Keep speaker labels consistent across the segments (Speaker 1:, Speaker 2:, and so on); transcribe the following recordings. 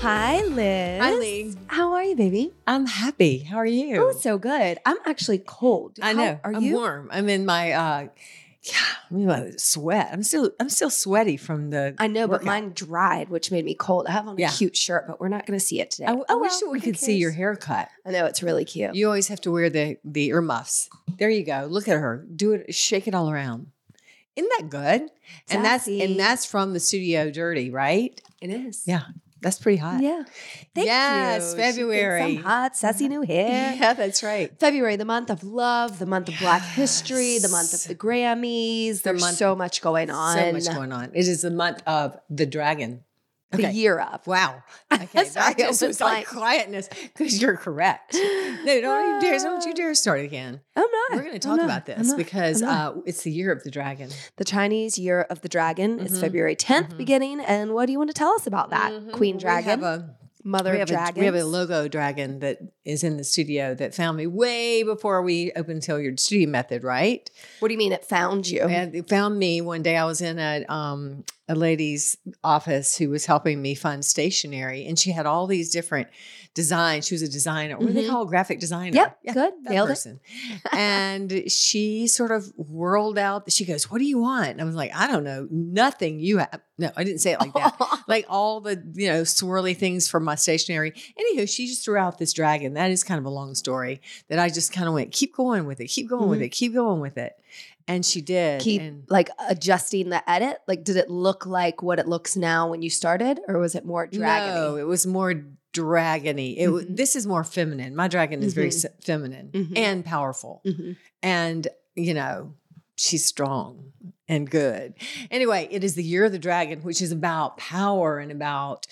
Speaker 1: Hi, Liz.
Speaker 2: Hi, Lee.
Speaker 1: How are you, baby?
Speaker 2: I'm happy. How are you?
Speaker 1: Oh, so good. I'm actually cold. How
Speaker 2: I know.
Speaker 1: Are
Speaker 2: I'm
Speaker 1: you?
Speaker 2: warm. I'm in my uh yeah, I'm in my sweat. I'm still I'm still sweaty from the
Speaker 1: I know, but
Speaker 2: workout.
Speaker 1: mine dried, which made me cold. I have on
Speaker 2: Yeah.
Speaker 1: a cute shirt, but we're not going to see it today.
Speaker 2: I, I
Speaker 1: Oh,
Speaker 2: wish
Speaker 1: well,
Speaker 2: we
Speaker 1: who
Speaker 2: could see your
Speaker 1: cares?
Speaker 2: haircut.
Speaker 1: I know it's really cute.
Speaker 2: You always have to wear the the earmuffs. There you go. Look at her. Do it. Shake it all around. Isn't that good? And that's
Speaker 1: Sassy.
Speaker 2: and that's from the studio dirty, right?
Speaker 1: it is.
Speaker 2: Yeah. That's pretty hot.
Speaker 1: Yeah. Thank
Speaker 2: Yes,
Speaker 1: you. She thinks I'm
Speaker 2: February.
Speaker 1: hot, sassy new hair.
Speaker 2: Yeah, that's right.
Speaker 1: February, the month of love, the month of Black History, the month of
Speaker 2: Yes.
Speaker 1: the Grammys. There's
Speaker 2: month-
Speaker 1: so much going on.
Speaker 2: So much going on. It is the month of the dragon.
Speaker 1: The year of.
Speaker 2: Wow. Okay.
Speaker 1: Sorry,
Speaker 2: that just
Speaker 1: I
Speaker 2: was
Speaker 1: was like-
Speaker 2: like quietness because you're correct. No, don't you dare. Don't you dare start again.
Speaker 1: I'm not.
Speaker 2: We're going to
Speaker 1: I'm
Speaker 2: talk
Speaker 1: not.
Speaker 2: about
Speaker 1: I'm
Speaker 2: this
Speaker 1: not.
Speaker 2: because
Speaker 1: I'm
Speaker 2: uh,
Speaker 1: not.
Speaker 2: it's the year of the dragon.
Speaker 1: the Chinese Year of the Dragon. It's
Speaker 2: Mhm.
Speaker 1: February 10th
Speaker 2: Mhm.
Speaker 1: beginning. And what do you want to tell us about that?
Speaker 2: Mhm.
Speaker 1: Queen
Speaker 2: We have
Speaker 1: Dragon,
Speaker 2: a-
Speaker 1: Mother
Speaker 2: we
Speaker 1: of
Speaker 2: have, a,
Speaker 1: Dragons.
Speaker 2: we have a logo dragon that is in the studio that found me way before we opened Hilliard Studio Method, right?
Speaker 1: What do you mean it found you?
Speaker 2: And it found me one day. I was in a um, a lady's office who was helping me find stationery, and she had all these different designs. She was a designer. What do they
Speaker 1: Mhm.
Speaker 2: call a graphic designer?
Speaker 1: Yep,
Speaker 2: Yeah,
Speaker 1: good.
Speaker 2: that
Speaker 1: Nailed
Speaker 2: person. and she sort of whirled out. She goes, "What do you want?" And I was like, "I don't know. Nothing. You have no. I didn't say it like that."
Speaker 1: it.
Speaker 2: like all the you know swirly things from my stationery. Anywho, she just threw out this dragon. That is kind of a long story that I just kind of went, keep going with it, keep going with
Speaker 1: Mhm.
Speaker 2: it, keep going with it, and she did.
Speaker 1: Keep
Speaker 2: and
Speaker 1: like adjusting the edit. Like, did it look like what it looks now when you started, or was it more dragony?
Speaker 2: No, it was more dragony. It was.
Speaker 1: Mhm.
Speaker 2: this is more feminine. My dragon is very
Speaker 1: Mhm.
Speaker 2: se- feminine
Speaker 1: Mhm.
Speaker 2: and powerful,
Speaker 1: Mhm.
Speaker 2: and you know. She's strong and good. Anyway, it is the year of the dragon, which is about power and about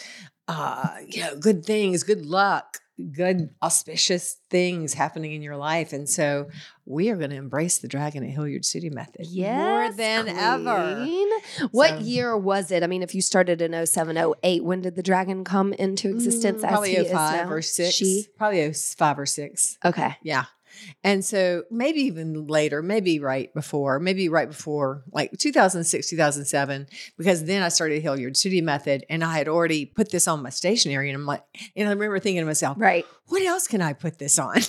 Speaker 2: uh, you know, good things, good luck, good auspicious things happening in your life. And so we are going to embrace the dragon at Hilliard City method more
Speaker 1: Yes,
Speaker 2: than ever.
Speaker 1: queen. What
Speaker 2: So-
Speaker 1: year was it? I mean, if you started in 07, 08, when did the dragon come into existence?
Speaker 2: Mm,
Speaker 1: as
Speaker 2: probably
Speaker 1: he
Speaker 2: oh
Speaker 1: is
Speaker 2: five
Speaker 1: now?
Speaker 2: or six.
Speaker 1: She?
Speaker 2: Probably oh s- five or six.
Speaker 1: Okay.
Speaker 2: Yeah. And so maybe even later, maybe right before, maybe right before like 2006, 2007, because then I started Hilliard City Method and I had already put this on my stationery. And I'm like, and I remember thinking to myself,
Speaker 1: Right.
Speaker 2: what else can I put this on?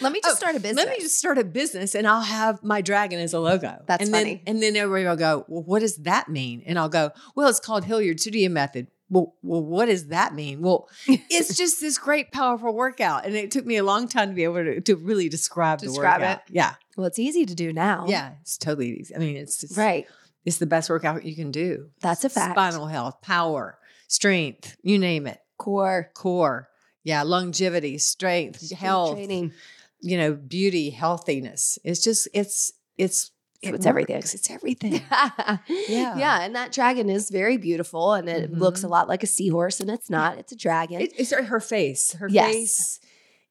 Speaker 1: Let me just
Speaker 2: Oh,
Speaker 1: start a business.
Speaker 2: Let me just start a business and I'll have my dragon as a logo.
Speaker 1: That's
Speaker 2: and
Speaker 1: funny.
Speaker 2: Then, and then everybody will go, Well, what does that mean? And I'll go, Well, it's called Hilliard Studio Method. Well, well, what does that mean? Well, it's just this great, powerful workout. And it took me a long time to be able to, to really describe,
Speaker 1: Describe
Speaker 2: the workout. Yeah.
Speaker 1: well, it's easy to do now.
Speaker 2: Yeah. It's totally easy. I mean, it's, it's
Speaker 1: Right.
Speaker 2: it's the best workout you can do.
Speaker 1: That's a fact.
Speaker 2: Spinal health, power, strength, you name it.
Speaker 1: Core.
Speaker 2: Core. Yeah. Longevity, strength, health
Speaker 1: Training.
Speaker 2: you know, beauty, healthiness. It's just it's it's
Speaker 1: So it's everything.
Speaker 2: works. It's everything.
Speaker 1: yeah.
Speaker 2: Yeah.
Speaker 1: And that dragon is very beautiful and it
Speaker 2: Mhm.
Speaker 1: looks a lot like a seahorse, and it's not. It's a dragon.
Speaker 2: It- it's her face. Her
Speaker 1: Yes.
Speaker 2: face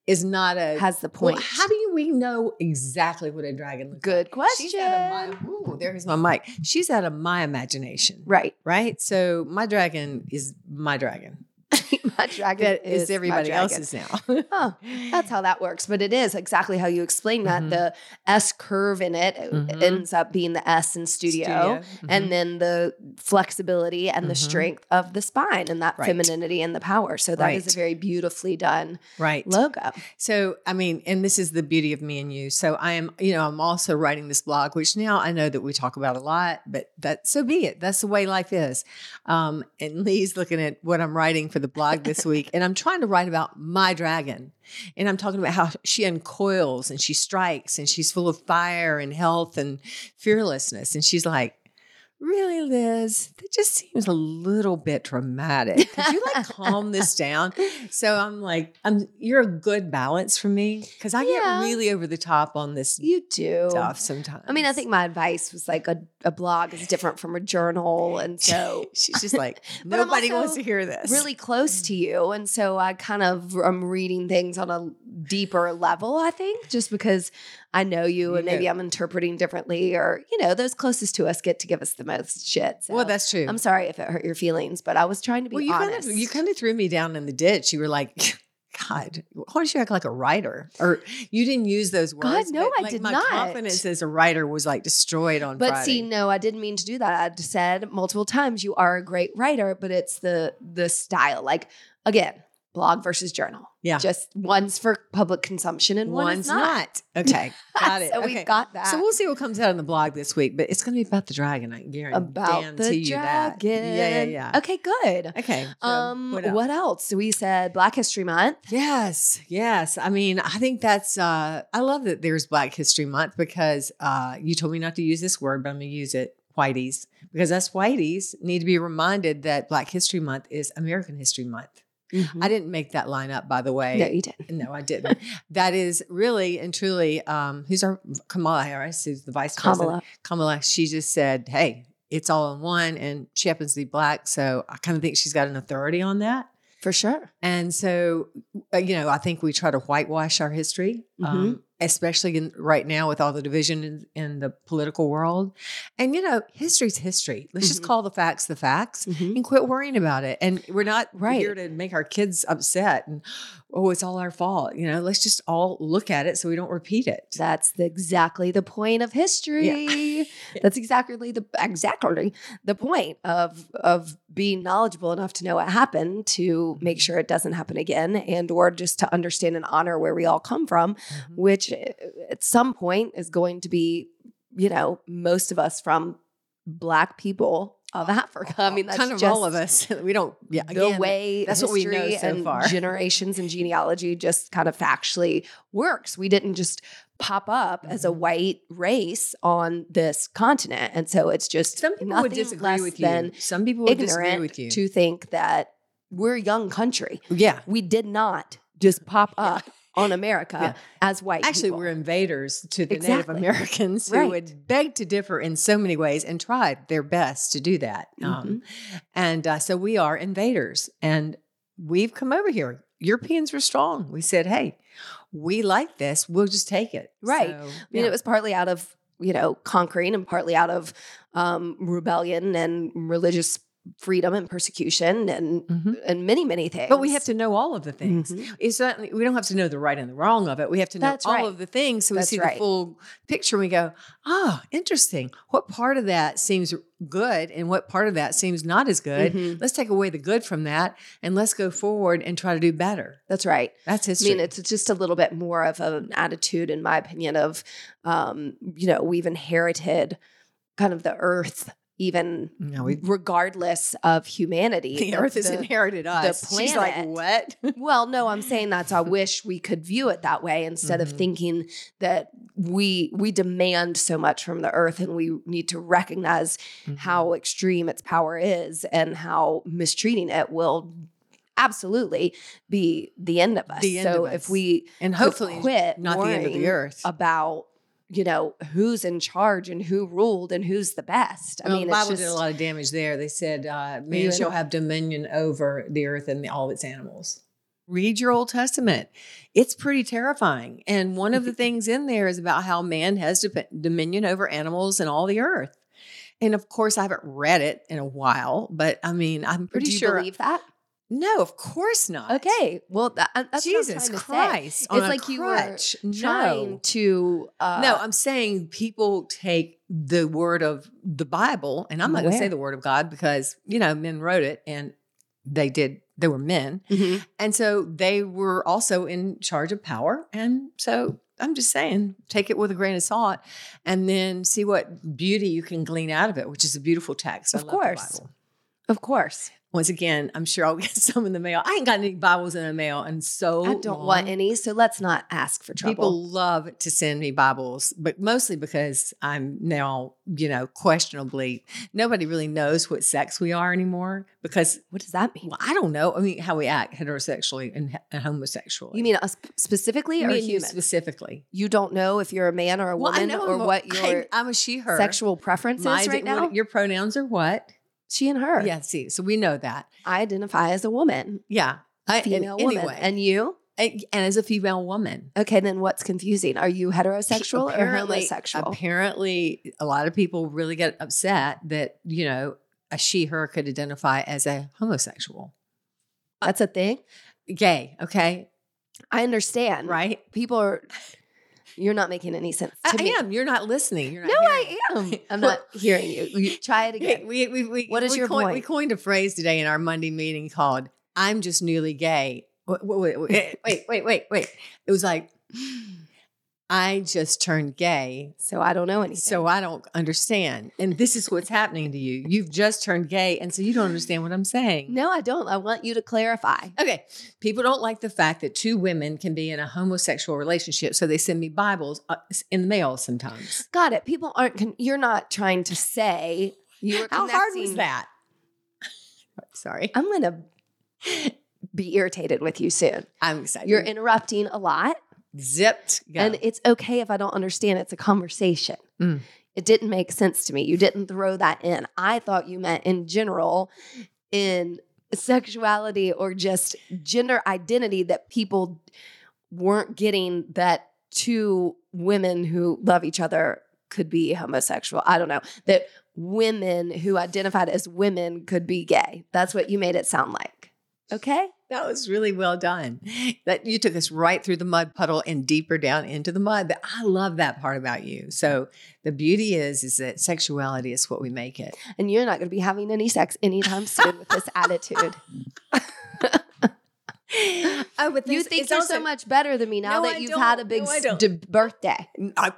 Speaker 2: is not a
Speaker 1: has the
Speaker 2: Well,
Speaker 1: point.
Speaker 2: how do you, we know exactly what a dragon looks
Speaker 1: Good
Speaker 2: like?
Speaker 1: question.
Speaker 2: She's out of my, ooh, there's my mic. She's out of my imagination. Right.
Speaker 1: right.
Speaker 2: So my dragon is my dragon.
Speaker 1: my dragon
Speaker 2: That is,
Speaker 1: is my
Speaker 2: everybody
Speaker 1: dragon.
Speaker 2: else's now.
Speaker 1: Oh, That's how that works. But it is exactly how you explain that.
Speaker 2: Mhm.
Speaker 1: The S curve in it it
Speaker 2: Mhm.
Speaker 1: ends up being the S in studio.
Speaker 2: Mhm.
Speaker 1: And then the flexibility and the
Speaker 2: Mhm.
Speaker 1: strength of the spine and that
Speaker 2: Right.
Speaker 1: femininity and the power. So that is
Speaker 2: Right.
Speaker 1: a very beautifully done
Speaker 2: right.
Speaker 1: logo.
Speaker 2: So, I mean, and this is the beauty of me and you. So, I am, you know, I'm also writing this blog, which now I know that we talk about a lot, but that so be it. That's the way life is. Um, and Lee's looking at what I'm writing for the blog this week, and I'm trying to write about my dragon. And I'm talking about how she uncoils and she strikes and she's full of fire and health and fearlessness. And she's like, really, Liz, that just seems a little bit dramatic. Could you like calm this down? So I'm like, I'm you're a good balance for me because I
Speaker 1: Yeah.
Speaker 2: get really over the top on this
Speaker 1: You do.
Speaker 2: stuff sometimes.
Speaker 1: I mean, I think my advice was like a, a blog is different from a journal. And so
Speaker 2: she's just like
Speaker 1: But I'm
Speaker 2: nobody wants
Speaker 1: also
Speaker 2: to hear this.
Speaker 1: really close to you. And so I kind of am reading things on a deeper level, I think, just because I know you and
Speaker 2: You
Speaker 1: maybe
Speaker 2: know.
Speaker 1: I'm interpreting differently or, you know, those closest to us get to give us the most shit. So
Speaker 2: Well, that's true.
Speaker 1: I'm sorry if it hurt your feelings, but I was trying to be
Speaker 2: well, you
Speaker 1: honest.
Speaker 2: kind of you kind of threw me down in the ditch. You were like. God, why don't you act like a writer? Or you didn't use those
Speaker 1: God,
Speaker 2: words.
Speaker 1: no,
Speaker 2: but,
Speaker 1: I
Speaker 2: like,
Speaker 1: did
Speaker 2: my
Speaker 1: not.
Speaker 2: confidence as a writer was like destroyed on
Speaker 1: but
Speaker 2: Friday.
Speaker 1: see, no, I didn't mean to do that. I said multiple times you are a great writer, but it's the the style. Like again, blog versus journal.
Speaker 2: Yeah.
Speaker 1: Just one's for public consumption and one's,
Speaker 2: one's
Speaker 1: not.
Speaker 2: not. Okay, got it.
Speaker 1: so
Speaker 2: okay.
Speaker 1: we've got that.
Speaker 2: So we'll see what comes out on the blog this week, but it's going to be about the dragon. I guarantee
Speaker 1: about the
Speaker 2: you
Speaker 1: dragon.
Speaker 2: that. Yeah, yeah, yeah.
Speaker 1: Okay, good.
Speaker 2: Okay. so
Speaker 1: um, what
Speaker 2: else?
Speaker 1: else? So we said Black History Month.
Speaker 2: Yes, yes. I mean, I think that's. Uh, I love that there's Black History Month because uh, you told me not to use this word, but I'm going to use it. Whiteys, because us whiteys need to be reminded that Black History Month is American History Month. I didn't make that line up, by the way.
Speaker 1: no, you didn't.
Speaker 2: No, I didn't. that is really and truly um, who's our Kamala Harris, who's the vice president.
Speaker 1: Kamala.
Speaker 2: Kamala, she just said, "Hey, it's all in one," and she happens to be black, so I kind of think she's got an authority on that.
Speaker 1: For sure.
Speaker 2: And so, uh, you know, I think we try to whitewash our history,
Speaker 1: Mm-hmm.
Speaker 2: um, especially in, right now with all the division in, in the political world. And you know, history's history. Let's just
Speaker 1: Mhm.
Speaker 2: call the facts the facts and quit worrying about it. And we're not
Speaker 1: Right.
Speaker 2: here to make our kids upset and oh, it's all our fault. You know, let's just all look at it so we don't repeat it.
Speaker 1: That's the, exactly the point of history. That's exactly the exactly the point of of being knowledgeable enough to know what happened to make
Speaker 2: Mm-hmm.
Speaker 1: sure it doesn't happen again, and or just to understand and honor where we all come from,
Speaker 2: Mhm.
Speaker 1: which uh, at some point is going to be, you know, most of us from Black people of Africa. I mean, that's
Speaker 2: Oh, kind of
Speaker 1: just
Speaker 2: all of us. we don't. Yeah,
Speaker 1: the
Speaker 2: again,
Speaker 1: way
Speaker 2: that's what we know
Speaker 1: history
Speaker 2: so
Speaker 1: and
Speaker 2: far.
Speaker 1: generations and genealogy just kind of factually works. We didn't just pop up as a
Speaker 2: Mhm.
Speaker 1: white race on this continent, and so it's just
Speaker 2: Some people
Speaker 1: nothing
Speaker 2: would disagree
Speaker 1: less
Speaker 2: with you.
Speaker 1: than
Speaker 2: Some people would disagree
Speaker 1: ignorant
Speaker 2: with you.
Speaker 1: to think that we're a young country.
Speaker 2: yeah.
Speaker 1: We did not just pop up on America
Speaker 2: Yeah.
Speaker 1: as white.
Speaker 2: Actually,
Speaker 1: people.
Speaker 2: we're invaders to the Native
Speaker 1: Exactly.
Speaker 2: Americans who
Speaker 1: Right.
Speaker 2: would beg to differ in so many ways and tried their best to do that. Um,
Speaker 1: Mm-hmm.
Speaker 2: and uh, so we are invaders, and we've come over here. Europeans were strong. We said, "Hey, we like this. We'll just take it."
Speaker 1: Right.
Speaker 2: So,
Speaker 1: I mean,
Speaker 2: yeah.
Speaker 1: it was partly out of you know conquering and partly out of um, rebellion and religious freedom and persecution and
Speaker 2: Mhm.
Speaker 1: and many many things.
Speaker 2: But we have to know all of the things.
Speaker 1: Mhm.
Speaker 2: It's not, we don't have to know the right and the wrong of it. We have to know
Speaker 1: That's
Speaker 2: all
Speaker 1: right.
Speaker 2: of the things so we
Speaker 1: That's
Speaker 2: see
Speaker 1: right.
Speaker 2: the full picture and we go, ah, interesting. What part of that seems good and what part of that seems not as good?
Speaker 1: Mhm.
Speaker 2: Let's take away the good from that and let's go forward and try to do better.
Speaker 1: That's right.
Speaker 2: That's
Speaker 1: I
Speaker 2: history.
Speaker 1: mean, it's just a little bit more of an attitude, in my opinion, of um, you know we've inherited kind of the earth, even
Speaker 2: no, we,
Speaker 1: regardless of humanity.
Speaker 2: the
Speaker 1: Of
Speaker 2: earth has
Speaker 1: the-
Speaker 2: inherited us. She's like,
Speaker 1: planet.
Speaker 2: what?
Speaker 1: Well, no, I'm saying that's. I wish we could view it that way instead of
Speaker 2: Mhm.
Speaker 1: thinking that we we demand so much from the earth and we need to recognize
Speaker 2: Mm-hmm.
Speaker 1: how extreme its power is and how mistreating it will absolutely be the end of us.
Speaker 2: The end
Speaker 1: so
Speaker 2: of
Speaker 1: if
Speaker 2: us.
Speaker 1: we
Speaker 2: and
Speaker 1: could
Speaker 2: hopefully
Speaker 1: quit
Speaker 2: not the end of
Speaker 1: worrying
Speaker 2: the earth.
Speaker 1: about you know who's in charge and who ruled and who's the best. I
Speaker 2: Well,
Speaker 1: mean,
Speaker 2: the
Speaker 1: it's
Speaker 2: Bible
Speaker 1: just
Speaker 2: did a lot of damage there. They said, uh,
Speaker 1: you
Speaker 2: "Man
Speaker 1: in
Speaker 2: shall
Speaker 1: it?
Speaker 2: have dominion over the earth and all its animals." Read your Old Testament; it's pretty terrifying. And one of the things in there is about how man has dep dominion over animals and all the earth. And of course, I haven't read it in a while, but I mean, I'm pretty
Speaker 1: do you
Speaker 2: sure.
Speaker 1: believe that?
Speaker 2: no, of course not.
Speaker 1: Okay, well, that, that's what I'm
Speaker 2: Jesus
Speaker 1: trying to say.
Speaker 2: Christ! on
Speaker 1: It's
Speaker 2: a
Speaker 1: like you were
Speaker 2: crutch.
Speaker 1: trying
Speaker 2: No.
Speaker 1: to uh,
Speaker 2: no, I'm saying people take the word of the Bible, and I'm not going to
Speaker 1: Where?
Speaker 2: say the word of God because, you know, men wrote it and they did, they were men.
Speaker 1: Mhm.
Speaker 2: And so they were also in charge of power. And so I'm just saying, take it with a grain of salt and then see what beauty you can glean out of it, which is a beautiful text. I
Speaker 1: Of
Speaker 2: love the
Speaker 1: course.
Speaker 2: Bible.
Speaker 1: Of course.
Speaker 2: Once again, I'm sure I'll get some in the mail. I ain't got any Bibles in the mail and so
Speaker 1: I don't want any, so let's not ask for trouble.
Speaker 2: People love to send me Bibles, but mostly because I'm now, you know, questionably, nobody really knows what sex we are anymore because
Speaker 1: what does that mean?
Speaker 2: well, I don't know. I mean, how we act heterosexually and, and homosexually.
Speaker 1: You mean us specifically
Speaker 2: Me
Speaker 1: or
Speaker 2: and you
Speaker 1: humans?
Speaker 2: specifically?
Speaker 1: you don't know if you're a man or a woman or
Speaker 2: I'm a-
Speaker 1: what your
Speaker 2: I, am a she, her.
Speaker 1: sexual preference
Speaker 2: My-
Speaker 1: is right
Speaker 2: what-
Speaker 1: now.
Speaker 2: Your pronouns are what?
Speaker 1: she and her.
Speaker 2: Yeah, see, so we know that.
Speaker 1: I identify as a woman,
Speaker 2: Yeah. I, and
Speaker 1: female woman.
Speaker 2: anyway,
Speaker 1: And you?
Speaker 2: and, and as a female woman.
Speaker 1: Okay, then what's confusing? Are you heterosexual or
Speaker 2: Apparently-
Speaker 1: homosexual?
Speaker 2: Apparently, a lot of people really get upset that, you know, a she, her could identify as a homosexual.
Speaker 1: That's a thing.
Speaker 2: Gay, okay?
Speaker 1: I understand.
Speaker 2: Right?
Speaker 1: People are. You're not making any sense
Speaker 2: I,
Speaker 1: to
Speaker 2: I
Speaker 1: me.
Speaker 2: am. You're not listening. You're not
Speaker 1: No,
Speaker 2: hearing.
Speaker 1: I am. I'm not hearing you. You try it
Speaker 2: Okay,
Speaker 1: again.
Speaker 2: we, we, we,
Speaker 1: What is
Speaker 2: we
Speaker 1: your
Speaker 2: coined,
Speaker 1: point?
Speaker 2: We coined a phrase today in our Monday meeting called "I'm just newly gay." Wait, wait, wait, wait, wait, wait, wait. It was like I just turned gay,
Speaker 1: So I don't know anything.
Speaker 2: so I don't understand. And this is what's happening to you. You've just turned gay, and so you don't understand what I'm saying.
Speaker 1: no, I don't. I want you to clarify.
Speaker 2: Okay, people don't like the fact that two women can be in a homosexual relationship, so they send me Bibles uh, in the mail sometimes.
Speaker 1: Got it. People aren't. Con- you're not trying to say you were.
Speaker 2: How hard was
Speaker 1: connecting- Uh,
Speaker 2: that? Sorry,
Speaker 1: I'm gonna be irritated with you soon.
Speaker 2: I'm excited.
Speaker 1: You're interrupting a lot,
Speaker 2: zipped, go.
Speaker 1: and it's okay if I don't understand. It's a conversation.
Speaker 2: Mm.
Speaker 1: It didn't make sense to me. You didn't throw that in. I thought you meant in general, in sexuality or just gender identity that people weren't getting that two women who love each other could be homosexual. I don't know. That women who identified as women could be gay. That's what you made it sound like. Okay?
Speaker 2: That was really well done. That you took us right through the mud puddle and deeper down into the mud. But I love that part about you. So the beauty is is that sexuality is what we make it.
Speaker 1: And you're not going to be having any sex anytime soon with this attitude.
Speaker 2: Oh, but
Speaker 1: You
Speaker 2: this-
Speaker 1: think
Speaker 2: it's
Speaker 1: you're
Speaker 2: also-
Speaker 1: so much better than me now
Speaker 2: No, I
Speaker 1: that you've had a
Speaker 2: don't.
Speaker 1: big
Speaker 2: No, I
Speaker 1: s-
Speaker 2: don't.
Speaker 1: d- birthday,
Speaker 2: I-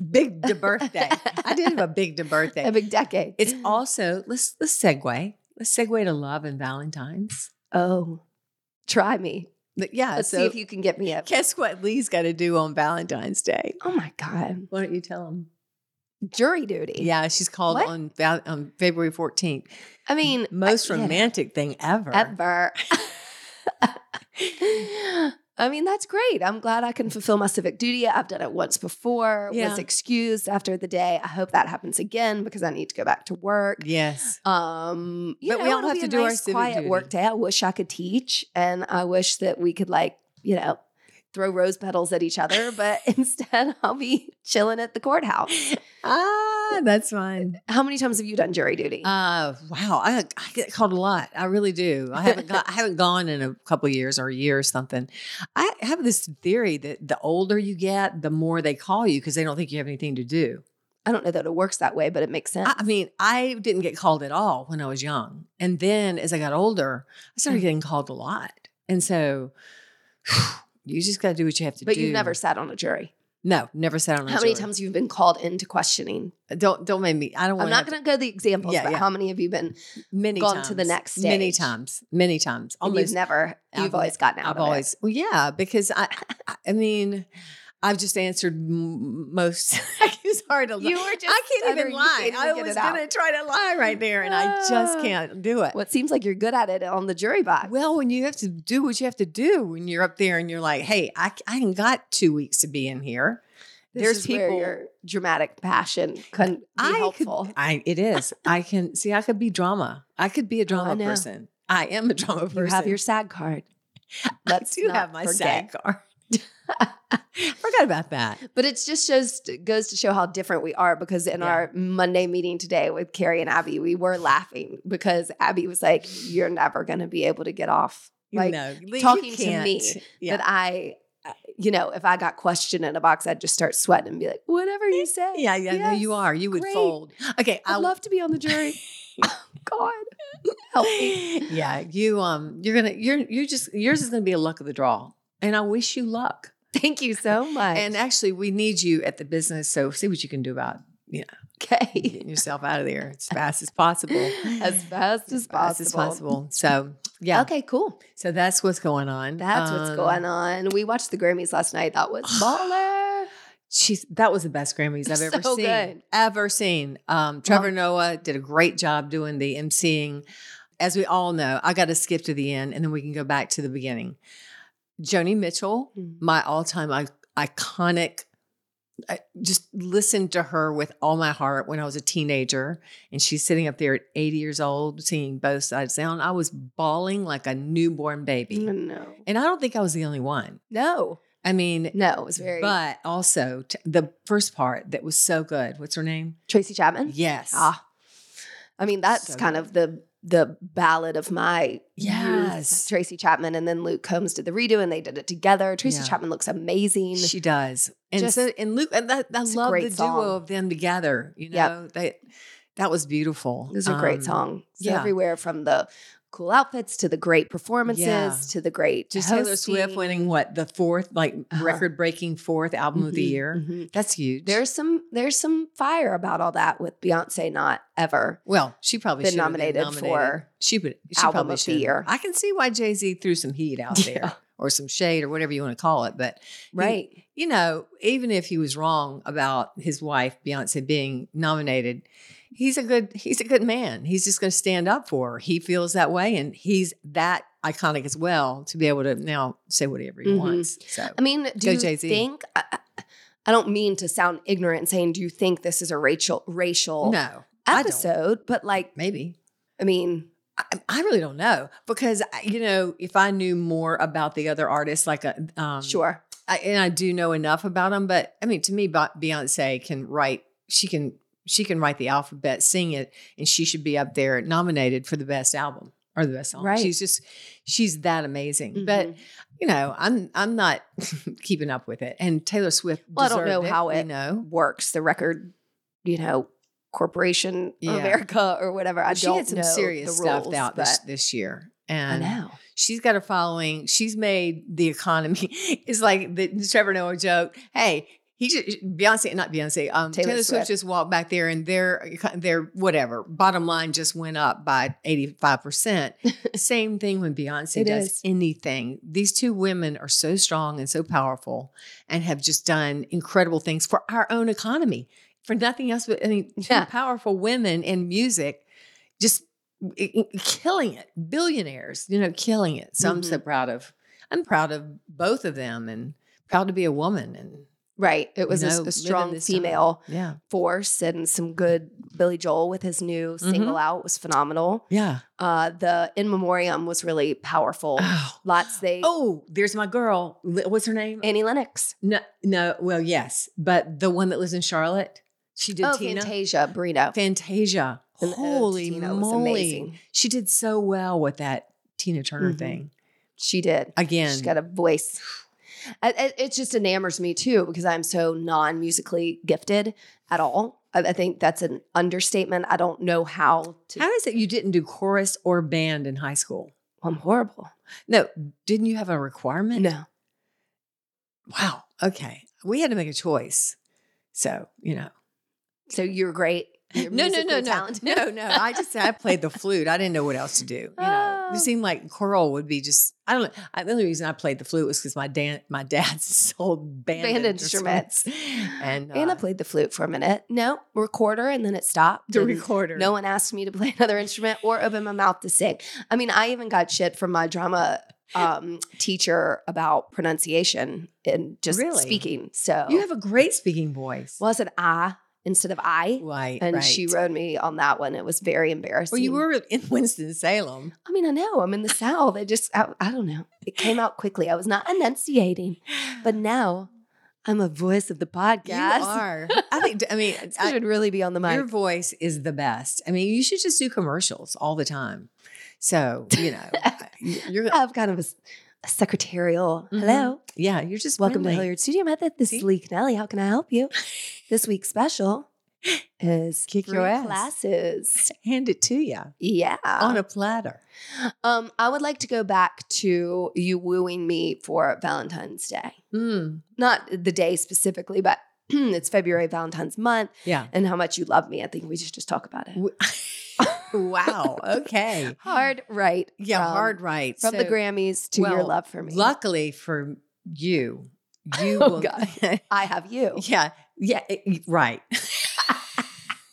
Speaker 2: big de birthday. I did have a big de birthday.
Speaker 1: a big decade.
Speaker 2: it's also let's let's segue. Let's segue to love and Valentine's.
Speaker 1: oh, try me.
Speaker 2: But yeah,
Speaker 1: Let's
Speaker 2: so
Speaker 1: see if you can get me up.
Speaker 2: guess what Lee's got to do on Valentine's Day.
Speaker 1: Oh my God.
Speaker 2: Why don't you tell him?
Speaker 1: Jury duty.
Speaker 2: Yeah, she's called
Speaker 1: What?
Speaker 2: on Val- on February 14th.
Speaker 1: I mean,
Speaker 2: most
Speaker 1: I- yeah,
Speaker 2: romantic thing ever.
Speaker 1: ever. I mean, that's great. I'm glad I can fulfill my civic duty. I've done it once before,
Speaker 2: Yeah.
Speaker 1: was excused after the day. I hope that happens again because I need to go back to work.
Speaker 2: Yes.
Speaker 1: Um, you
Speaker 2: But
Speaker 1: know,
Speaker 2: we all
Speaker 1: it'll
Speaker 2: have
Speaker 1: be
Speaker 2: to
Speaker 1: a
Speaker 2: do our
Speaker 1: nice,
Speaker 2: civic
Speaker 1: quiet
Speaker 2: duty.
Speaker 1: work day. I wish I could teach, and I wish that we could like you know throw rose petals at each other, but instead I'll be chilling at the courthouse.
Speaker 2: Ah, that's fun.
Speaker 1: How many times have you done jury duty?
Speaker 2: Uh, wow, I, I get called a lot. I really do. I haven't got, I haven't gone in a couple of years or a year or something. I have this theory that the older you get, the more they call you because they don't think you have anything to do.
Speaker 1: I don't know that it works that way, but it makes sense.
Speaker 2: I, I mean, I didn't get called at all when I was young, and then as I got older, I
Speaker 1: Mm-hmm.
Speaker 2: started getting called a lot, and so. You just got to do what you have to
Speaker 1: but
Speaker 2: do.
Speaker 1: you've never sat on a jury.
Speaker 2: no, never sat on a
Speaker 1: How many
Speaker 2: jury.
Speaker 1: times have you been called into questioning?
Speaker 2: Don't don't make me. I don't want.
Speaker 1: I'm not going to go the examples,
Speaker 2: Yeah,
Speaker 1: but
Speaker 2: yeah.
Speaker 1: how many have you been?
Speaker 2: many
Speaker 1: gone
Speaker 2: times,
Speaker 1: to the next
Speaker 2: Many
Speaker 1: stage.
Speaker 2: times, many times.
Speaker 1: and You've
Speaker 2: Almost.
Speaker 1: never. You've
Speaker 2: I've-
Speaker 1: always gotten out.
Speaker 2: I've
Speaker 1: of it.
Speaker 2: always. Well, yeah, because I. I- I mean, I've just answered m- most. it's hard to.
Speaker 1: You were just.
Speaker 2: I can't
Speaker 1: stuttering.
Speaker 2: even
Speaker 1: You
Speaker 2: lie.
Speaker 1: can't
Speaker 2: I
Speaker 1: even get it
Speaker 2: was
Speaker 1: out.
Speaker 2: gonna try to lie right there, and I just
Speaker 1: Ah.
Speaker 2: can't do it.
Speaker 1: Well, it seems like you're good at it on the jury box.
Speaker 2: Well, when you have to do what you have to do, when you're up there and you're like, "Hey, I I ain't got two weeks to be in here." This
Speaker 1: there's
Speaker 2: is where
Speaker 1: people
Speaker 2: your
Speaker 1: your dramatic passion can be
Speaker 2: I
Speaker 1: helpful.
Speaker 2: Could, I it is. I can see. I could be drama. I could be a drama
Speaker 1: Oh, know.
Speaker 2: person. I am a drama person.
Speaker 1: you have your SAG card. Let's
Speaker 2: I do
Speaker 1: not
Speaker 2: have my
Speaker 1: forget.
Speaker 2: SAG card. Forgot about that.
Speaker 1: But it just shows goes to show how different we are because in
Speaker 2: Yeah.
Speaker 1: our Monday meeting today with Carrie and Abby, we were laughing because Abby was like, "You're never going to be able to get off." Like
Speaker 2: no, Lee, you
Speaker 1: talking to
Speaker 2: can't.
Speaker 1: me
Speaker 2: Yeah.
Speaker 1: that I, uh, you know, if I got questioned in a box, I'd just start sweating and be like, "Whatever you say."
Speaker 2: yeah, yeah, no, you
Speaker 1: Yes,
Speaker 2: are. You would
Speaker 1: great.
Speaker 2: fold. Okay,
Speaker 1: I'd love oh, to be on the jury. oh, God, help me.
Speaker 2: Yeah, you um, you're gonna, you're, you just, yours is gonna be a luck of the draw, and I wish you luck.
Speaker 1: Thank you so much.
Speaker 2: And actually, we need you at the business, so see what you can do about, you know,
Speaker 1: Okay.
Speaker 2: Getting yourself out of there as fast as possible.
Speaker 1: As fast as
Speaker 2: Fast
Speaker 1: possible.
Speaker 2: as possible. So yeah.
Speaker 1: Okay, cool.
Speaker 2: So that's what's going on.
Speaker 1: That's what's
Speaker 2: Um,
Speaker 1: going on. We watched the Grammys last night. That was baller.
Speaker 2: She's that was the best Grammys I've ever
Speaker 1: So
Speaker 2: seen.
Speaker 1: good.
Speaker 2: Ever seen. Um, Trevor Noah did a great job doing the emceeing. As we all know, I got to skip to the end and then we can go back to the beginning. Joni Mitchell,
Speaker 1: Mhm.
Speaker 2: my all-time I- iconic. I just listened to her with all my heart when I was a teenager, and she's sitting up there at 80 years old singing both sides down. I was bawling like a newborn baby,
Speaker 1: No.
Speaker 2: and I don't think I was the only one.
Speaker 1: No.
Speaker 2: I mean,
Speaker 1: No, it was very
Speaker 2: but also t- the first part that was so good. What's her name?
Speaker 1: Tracy Chapman.
Speaker 2: Yes.
Speaker 1: Ah. I mean, that's
Speaker 2: So
Speaker 1: kind of the the ballad of my
Speaker 2: Yes.
Speaker 1: youth. Tracy Chapman and then Luke Combs did the redo and they did it together. Tracy
Speaker 2: Yeah.
Speaker 1: Chapman looks amazing.
Speaker 2: She does. And
Speaker 1: Just-
Speaker 2: so and Luke and that, I
Speaker 1: It's a
Speaker 2: love
Speaker 1: great
Speaker 2: the duo
Speaker 1: song.
Speaker 2: of them together. You
Speaker 1: Yep.
Speaker 2: know, they that was beautiful.
Speaker 1: It was a great
Speaker 2: Um,
Speaker 1: song. It's
Speaker 2: yeah.
Speaker 1: Everywhere from the cool outfits to the great performances
Speaker 2: Yeah.
Speaker 1: to the great
Speaker 2: Just Taylor Swift
Speaker 1: hosting.
Speaker 2: winning what the fourth, like
Speaker 1: Uh-huh.
Speaker 2: record breaking fourth album of the
Speaker 1: Mhm,
Speaker 2: year.
Speaker 1: mhm.
Speaker 2: That's huge.
Speaker 1: There's some there's some fire about all that with Beyonce not ever.
Speaker 2: well, she probably
Speaker 1: been
Speaker 2: should have
Speaker 1: nominated for
Speaker 2: She would. She
Speaker 1: album
Speaker 2: probably
Speaker 1: of the
Speaker 2: should.
Speaker 1: year.
Speaker 2: I can see why Jay Z threw some heat out
Speaker 1: Yeah.
Speaker 2: there, or some shade, or whatever you want to call it. But
Speaker 1: Right.
Speaker 2: you know, even if he was wrong about his wife Beyonce being nominated, he's a good he's a good man. He's just going to stand up for her. He feels that way, and he's that iconic as well to be able to now say whatever he
Speaker 1: Mhm.
Speaker 2: wants. So
Speaker 1: I mean, do
Speaker 2: Go
Speaker 1: you
Speaker 2: Jay-Z.
Speaker 1: think I, I- I don't mean to sound ignorant saying do you think this is a racial racial
Speaker 2: no, I don't.
Speaker 1: episode, but like
Speaker 2: maybe
Speaker 1: I mean,
Speaker 2: I, I really don't know because I- you know if I knew more about the other artists, like a um,
Speaker 1: sure.
Speaker 2: I, and I do know enough about them, but I mean, to me, Be- Beyonce can write. She can she can write the alphabet, sing it, and she should be up there nominated for the best album or the best song.
Speaker 1: Right. Mm-hmm.
Speaker 2: She's just she's that amazing. But you know, I'm I'm not keeping up with it. And Taylor Swift.
Speaker 1: Well, I don't
Speaker 2: deserved
Speaker 1: know how
Speaker 2: you
Speaker 1: it-
Speaker 2: know.
Speaker 1: works the record, you know, corporation of
Speaker 2: Yeah.
Speaker 1: America or whatever. I
Speaker 2: she
Speaker 1: don't
Speaker 2: had some
Speaker 1: know
Speaker 2: serious
Speaker 1: the rules,
Speaker 2: stuff out
Speaker 1: but
Speaker 2: this, this year,
Speaker 1: I
Speaker 2: and
Speaker 1: know.
Speaker 2: She's got a following. She's made the economy. It's like the Trevor Noah joke. Hey, he just Beyonce, not Beyonce. Um, Taylor,
Speaker 1: Taylor
Speaker 2: Swift.
Speaker 1: Swift.
Speaker 2: just walked back there, and their their whatever bottom line just went up by eighty five percent. Same thing when Beyonce
Speaker 1: It
Speaker 2: does
Speaker 1: is.
Speaker 2: anything. These two women are so strong and so powerful, and have just done incredible things for our own economy. For nothing else, but I mean, two
Speaker 1: Yeah.
Speaker 2: powerful women in music, just i- i- killing it billionaires you know killing it so i'm so
Speaker 1: Mm-hmm.
Speaker 2: proud of i'm proud of both of them and proud to be a woman and
Speaker 1: Right. It was a
Speaker 2: you
Speaker 1: s-
Speaker 2: know,
Speaker 1: a,
Speaker 2: live in
Speaker 1: strong
Speaker 2: this time.
Speaker 1: female
Speaker 2: yeah
Speaker 1: force and some good Billy Joel with his new
Speaker 2: Mm-hmm.
Speaker 1: single out was phenomenal.
Speaker 2: yeah
Speaker 1: Uh, the In Memoriam was really powerful.
Speaker 2: oh,
Speaker 1: Lots they
Speaker 2: oh there's my girl Li- what's her name
Speaker 1: Annie Lennox.
Speaker 2: no no well yes but the one that lives in charlotte she did
Speaker 1: oh,
Speaker 2: tina
Speaker 1: Fantasia Burrito.
Speaker 2: fantasia
Speaker 1: And, oh,
Speaker 2: holy
Speaker 1: Tina was
Speaker 2: moly
Speaker 1: amazing.
Speaker 2: she did so well with that tina turner
Speaker 1: Mhm.
Speaker 2: thing
Speaker 1: She did.
Speaker 2: again
Speaker 1: She's got a voice. I- I- It just enamors me too because I'm so non musically gifted at all. I- I think that's an understatement. I don't know how to.
Speaker 2: how is it you didn't do chorus or band in high school
Speaker 1: I'm horrible.
Speaker 2: no didn't you have a requirement
Speaker 1: No.
Speaker 2: Wow. Okay. We had to make a choice. So, you know.
Speaker 1: So you're great. You're
Speaker 2: No, no, no,
Speaker 1: musically
Speaker 2: no.
Speaker 1: talented.
Speaker 2: No, no. I just I played the flute. I didn't know what else to do. You know,
Speaker 1: Oh.
Speaker 2: it seemed like choral would be just I don't know. I, the only reason I played the flute was because my dad my dad sold band,
Speaker 1: Band
Speaker 2: instruments.
Speaker 1: instruments.
Speaker 2: And uh,
Speaker 1: Anna played the flute for a minute. No, recorder, and then it stopped.
Speaker 2: the
Speaker 1: and
Speaker 2: recorder.
Speaker 1: No one asked me to play another instrument or open my mouth to sing. I mean, I even got shit from my drama um, teacher about pronunciation and just
Speaker 2: Really?
Speaker 1: speaking. So
Speaker 2: You have a great speaking voice.
Speaker 1: well, I said I instead of I.
Speaker 2: right.
Speaker 1: And
Speaker 2: right.
Speaker 1: she rode me on that one. It was very embarrassing.
Speaker 2: Well, you were in Winston Salem.
Speaker 1: I mean, I know I'm in the South. I just, I, I don't know. It came out quickly. I was not enunciating, but now I'm a voice of the podcast.
Speaker 2: You are. I think I mean
Speaker 1: I
Speaker 2: I,
Speaker 1: should really be on the mic.
Speaker 2: Your voice is the best. I mean, you should just do commercials all the time. So, you know, you're
Speaker 1: I have kind of a, s- a secretarial
Speaker 2: Mhm.
Speaker 1: hello.
Speaker 2: yeah, you're just
Speaker 1: Welcome to
Speaker 2: friendly.
Speaker 1: Hilliard Studio Method. This is
Speaker 2: See?
Speaker 1: Lee Connelly. How can I help you? This week's special is
Speaker 2: Kick your
Speaker 1: free
Speaker 2: ass.
Speaker 1: classes.
Speaker 2: Hand it to you
Speaker 1: Yeah.
Speaker 2: on a platter.
Speaker 1: um, I would like to go back to you wooing me for Valentine's Day.
Speaker 2: Mm.
Speaker 1: Not the day specifically, but it's February Valentine's month
Speaker 2: Yeah.
Speaker 1: and how much you love me. I think we should just talk about it.
Speaker 2: W- wow. Okay.
Speaker 1: Hard right.
Speaker 2: Yeah.
Speaker 1: from-
Speaker 2: hard right.
Speaker 1: From the
Speaker 2: So,
Speaker 1: Grammys to your
Speaker 2: well,
Speaker 1: love for me.
Speaker 2: Luckily for you, you
Speaker 1: Oh,
Speaker 2: will.
Speaker 1: God. I have you.
Speaker 2: yeah. Yeah. it- right.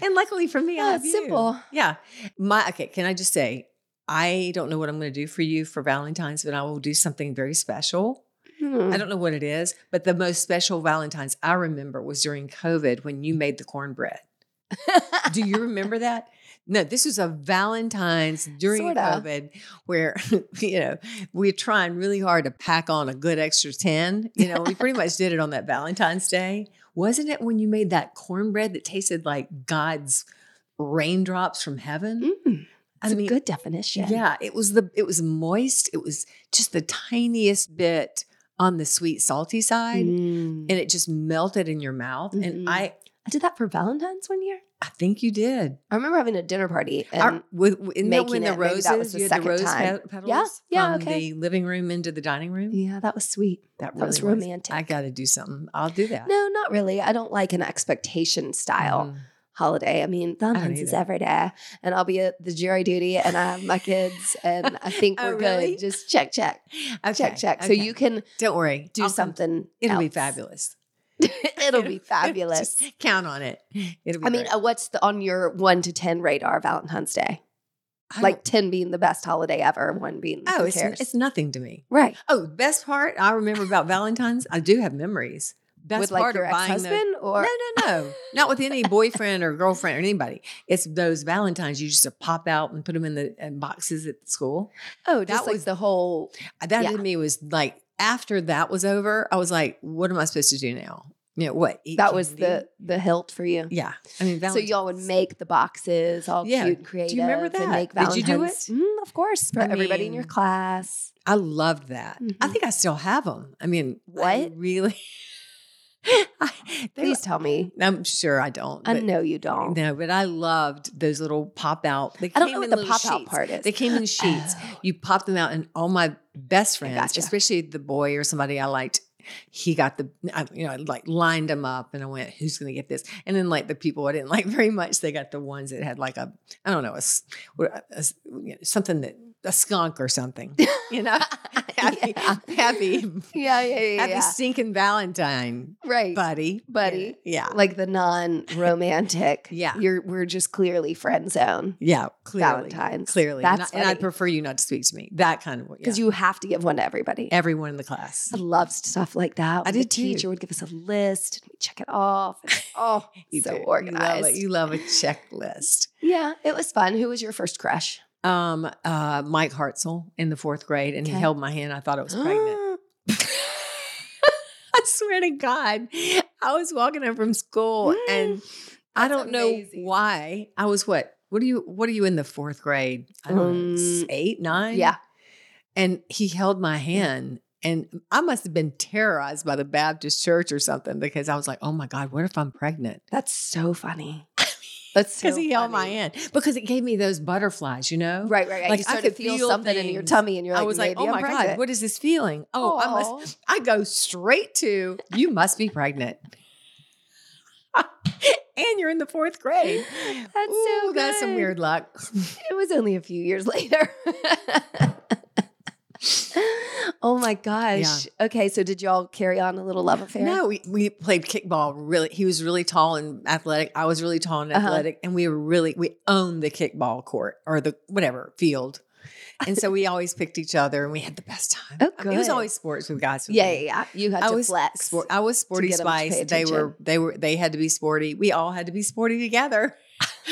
Speaker 2: and luckily for me, I
Speaker 1: Yeah,
Speaker 2: have
Speaker 1: it's
Speaker 2: you.
Speaker 1: simple.
Speaker 2: Yeah. My okay, can I just say I don't know what I'm going to do for you for Valentine's, but I will do something very special.
Speaker 1: Hmm.
Speaker 2: I don't know what it is, but the most special Valentine's I remember was during COVID when you made the cornbread. Do you remember that? No, this was a Valentine's during
Speaker 1: Sorta.
Speaker 2: COVID where, you know, we're trying really hard to pack on a good extra 10. You know, we pretty much did it on that Valentine's Day. Wasn't it when you made that cornbread that tasted like God's raindrops from heaven?
Speaker 1: Mm,
Speaker 2: I
Speaker 1: it's
Speaker 2: mean,
Speaker 1: a good definition.
Speaker 2: yeah, it was the it was moist. It was just the tiniest bit on the sweet salty side,
Speaker 1: Mm.
Speaker 2: and it just melted in your mouth.
Speaker 1: Mhm.
Speaker 2: And I
Speaker 1: I did that for Valentine's one year.
Speaker 2: I think you did.
Speaker 1: I remember having a dinner party and
Speaker 2: Our- with, with- isn't that
Speaker 1: making
Speaker 2: when the
Speaker 1: it, maybe
Speaker 2: roses
Speaker 1: that was the
Speaker 2: you had
Speaker 1: second
Speaker 2: the rose
Speaker 1: time.
Speaker 2: pe- petals
Speaker 1: Yeah, yeah,
Speaker 2: from
Speaker 1: okay.
Speaker 2: the living room into the dining room?
Speaker 1: yeah, that was sweet.
Speaker 2: That really
Speaker 1: That was romantic.
Speaker 2: I got to do something. I'll do that.
Speaker 1: No, not really. I don't like an expectation style
Speaker 2: Mhm.
Speaker 1: holiday. I mean, Valentine's is
Speaker 2: either.
Speaker 1: every day, and I'll be at the jury duty, and I have my kids, and I think
Speaker 2: Oh,
Speaker 1: we're
Speaker 2: really?
Speaker 1: good. Just check, check,
Speaker 2: Mm-hmm. Okay,
Speaker 1: check, check. So
Speaker 2: okay.
Speaker 1: you can
Speaker 2: don't worry.
Speaker 1: do
Speaker 2: I'll come-
Speaker 1: something.
Speaker 2: It'll be
Speaker 1: else.
Speaker 2: fabulous.
Speaker 1: It'll be fabulous.
Speaker 2: Just count on it. It'll be.
Speaker 1: I mean,
Speaker 2: great.
Speaker 1: uh, what's the, on your one to ten radar Valentine's Day?
Speaker 2: I
Speaker 1: uh, Like ten being the best holiday ever, one being
Speaker 2: don't- oh,
Speaker 1: who
Speaker 2: it's,
Speaker 1: cares?
Speaker 2: it's nothing to me.
Speaker 1: right
Speaker 2: Oh, the best part I remember about Valentine's, I do have memories. Best
Speaker 1: with like
Speaker 2: part
Speaker 1: your
Speaker 2: of buying those-
Speaker 1: ex-husband or
Speaker 2: No, no, no. Not with any boyfriend or girlfriend or anybody. It's those Valentines you used to pop out and put them in the in boxes at school.
Speaker 1: oh, just
Speaker 2: That
Speaker 1: like
Speaker 2: was-
Speaker 1: the whole
Speaker 2: That
Speaker 1: Yeah.
Speaker 2: to me was like after that was over, I was like, what am I supposed to do now? You know what? eat
Speaker 1: that was
Speaker 2: candy?
Speaker 1: the the hilt for you.
Speaker 2: yeah. I mean,
Speaker 1: So y'all would
Speaker 2: Valentine's.
Speaker 1: make the boxes all
Speaker 2: Yeah.
Speaker 1: cute and creative.
Speaker 2: remember
Speaker 1: And make
Speaker 2: that? Did you
Speaker 1: Valentine's.
Speaker 2: do
Speaker 1: Mm, of course, for
Speaker 2: I
Speaker 1: everybody in your
Speaker 2: mean-
Speaker 1: class.
Speaker 2: I loved that. I
Speaker 1: Mhm.
Speaker 2: think I still have them. I mean, I
Speaker 1: What?
Speaker 2: really? I, they-
Speaker 1: Please tell me.
Speaker 2: I'm sure I don't.
Speaker 1: I
Speaker 2: but-
Speaker 1: know you don't.
Speaker 2: No, but I loved those little pop out. They
Speaker 1: Oh. I don't
Speaker 2: came
Speaker 1: know
Speaker 2: in
Speaker 1: what the
Speaker 2: little
Speaker 1: pop out
Speaker 2: sheets.
Speaker 1: part is. Oh.
Speaker 2: They came in sheets. You pop them out, and all my best friends,
Speaker 1: gotcha.
Speaker 2: especially the boy or somebody I liked, he got the I, you know I like lined them up, and I went, "Who's going to get this?" And then like the people I didn't like very much, they got the ones that had like a I don't know a, s- what- a s- you know, something that a skunk or something, you know, happy,
Speaker 1: Yeah.
Speaker 2: happy,
Speaker 1: Yeah, yeah, yeah.
Speaker 2: happy
Speaker 1: yeah.
Speaker 2: stinking Valentine,
Speaker 1: Right.
Speaker 2: buddy,
Speaker 1: Buddy.
Speaker 2: yeah,
Speaker 1: like the non-romantic.
Speaker 2: Yeah.
Speaker 1: You're we're just clearly friend zone.
Speaker 2: Yeah, clearly.
Speaker 1: Valentine's.
Speaker 2: Clearly.
Speaker 1: That's
Speaker 2: and, I, and I'd
Speaker 1: funny.
Speaker 2: prefer you not to speak to me. That kind of
Speaker 1: Because
Speaker 2: yeah.
Speaker 1: you have to give one to everybody.
Speaker 2: everyone in the class.
Speaker 1: I loved stuff like that.
Speaker 2: I
Speaker 1: The
Speaker 2: did too.
Speaker 1: teacher would give us a list. We check it off. and- Oh,
Speaker 2: You do.
Speaker 1: so
Speaker 2: You love
Speaker 1: organized.
Speaker 2: it. You love, a checklist.
Speaker 1: yeah, it was fun. Who was your first crush?
Speaker 2: Um, uh, Mike Hartzell in the fourth grade, and
Speaker 1: Okay.
Speaker 2: he held my hand. I thought I was pregnant. I swear to God, I was walking home from school, and I
Speaker 1: Mm. That's
Speaker 2: don't
Speaker 1: amazing.
Speaker 2: know why. I was what? What are you? What are you in the fourth grade? I don't know, s-
Speaker 1: Um,
Speaker 2: eight, nine.
Speaker 1: yeah.
Speaker 2: and he held my hand and i must have been terrorized by the baptist church or something because i was like oh my god what if i'm pregnant
Speaker 1: That's so funny. That's so
Speaker 2: because he held my
Speaker 1: funny.
Speaker 2: hand because it gave me those butterflies you know
Speaker 1: Right, right. right.
Speaker 2: Like,
Speaker 1: you
Speaker 2: I
Speaker 1: started to
Speaker 2: could
Speaker 1: feel,
Speaker 2: feel
Speaker 1: something in your
Speaker 2: things.
Speaker 1: tummy, and you're like,
Speaker 2: i was like
Speaker 1: Maybe
Speaker 2: oh
Speaker 1: I'm
Speaker 2: my god
Speaker 1: pregnant."
Speaker 2: what is this feeling oh i must
Speaker 1: Aw.
Speaker 2: i go straight to you must be pregnant and you're in the fourth grade
Speaker 1: That's so
Speaker 2: Ooh, that's some
Speaker 1: good.
Speaker 2: weird luck
Speaker 1: It was only a few years later. oh my gosh. Okay, so did y'all carry on a little love affair?
Speaker 2: No, we, we played kickball really. He was really tall and athletic. I was really tall and
Speaker 1: Uh-huh.
Speaker 2: athletic. And we were really, we owned the kickball court or the whatever field. And so we always picked each other and we had the best time.
Speaker 1: Oh,
Speaker 2: I mean, it was
Speaker 1: good.
Speaker 2: always sports with guys. with
Speaker 1: Yeah,
Speaker 2: me.
Speaker 1: yeah, yeah. You had
Speaker 2: I
Speaker 1: to
Speaker 2: was
Speaker 1: flex.
Speaker 2: Sport, I was sporty
Speaker 1: get 'em to pay
Speaker 2: spice. They were,
Speaker 1: attention.
Speaker 2: they were, they had to be sporty. We all had to be sporty together.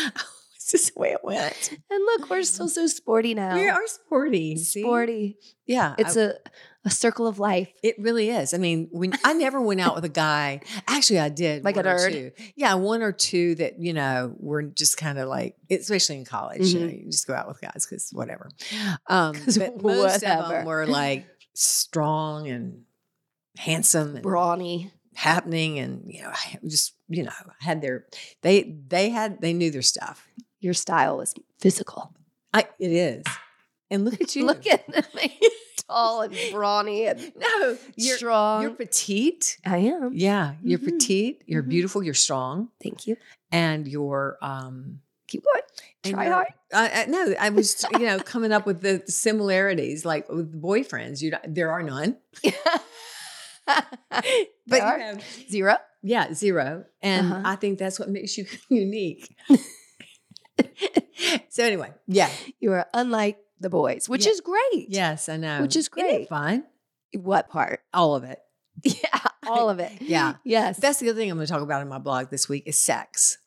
Speaker 2: it's just the way it went.
Speaker 1: and look, we're still so sporty now.
Speaker 2: We are sporty. see?
Speaker 1: sporty.
Speaker 2: Yeah. I-
Speaker 1: It's a a circle of life.
Speaker 2: It really is. I mean, when I never went out with a guy. Actually, I did
Speaker 1: Like a
Speaker 2: one or
Speaker 1: nerd?
Speaker 2: two. Yeah, one or two that you know were just kind of like, especially in college, you know, you just go out with guys because whatever. Um,
Speaker 1: Mm-hmm. 'Cause
Speaker 2: but most of
Speaker 1: whatever.
Speaker 2: them were like strong and handsome and
Speaker 1: Brawny.
Speaker 2: happening, and you know, just you know, had their they they had they knew their stuff.
Speaker 1: Your style was physical.
Speaker 2: I it is, and look at you.
Speaker 1: Look at me. tall and brawny and
Speaker 2: No, you're
Speaker 1: strong.
Speaker 2: you're petite.
Speaker 1: I am.
Speaker 2: Yeah, you're
Speaker 1: Mhm.
Speaker 2: petite. You're
Speaker 1: Mhm.
Speaker 2: beautiful. You're strong,
Speaker 1: Thank you.
Speaker 2: and you're um.
Speaker 1: Keep going.
Speaker 2: and
Speaker 1: Try
Speaker 2: you're-
Speaker 1: hard.
Speaker 2: I, I, no, I was you know coming up with the similarities like with boyfriends. You don't- there are none, but
Speaker 1: There
Speaker 2: you
Speaker 1: are.
Speaker 2: know,
Speaker 1: Zero.
Speaker 2: yeah, zero. And
Speaker 1: Uh-huh.
Speaker 2: I think that's what makes you unique. so anyway, yeah,
Speaker 1: You are unlike the boys, which
Speaker 2: Yeah.
Speaker 1: is great.
Speaker 2: yes, I know,
Speaker 1: Which is
Speaker 2: Isn't it
Speaker 1: great.
Speaker 2: fun,
Speaker 1: What part?
Speaker 2: all of it.
Speaker 1: Yeah, all of it.
Speaker 2: Yeah.
Speaker 1: Yes.
Speaker 2: That's the other thing I'm going to talk about in my blog this week is sex.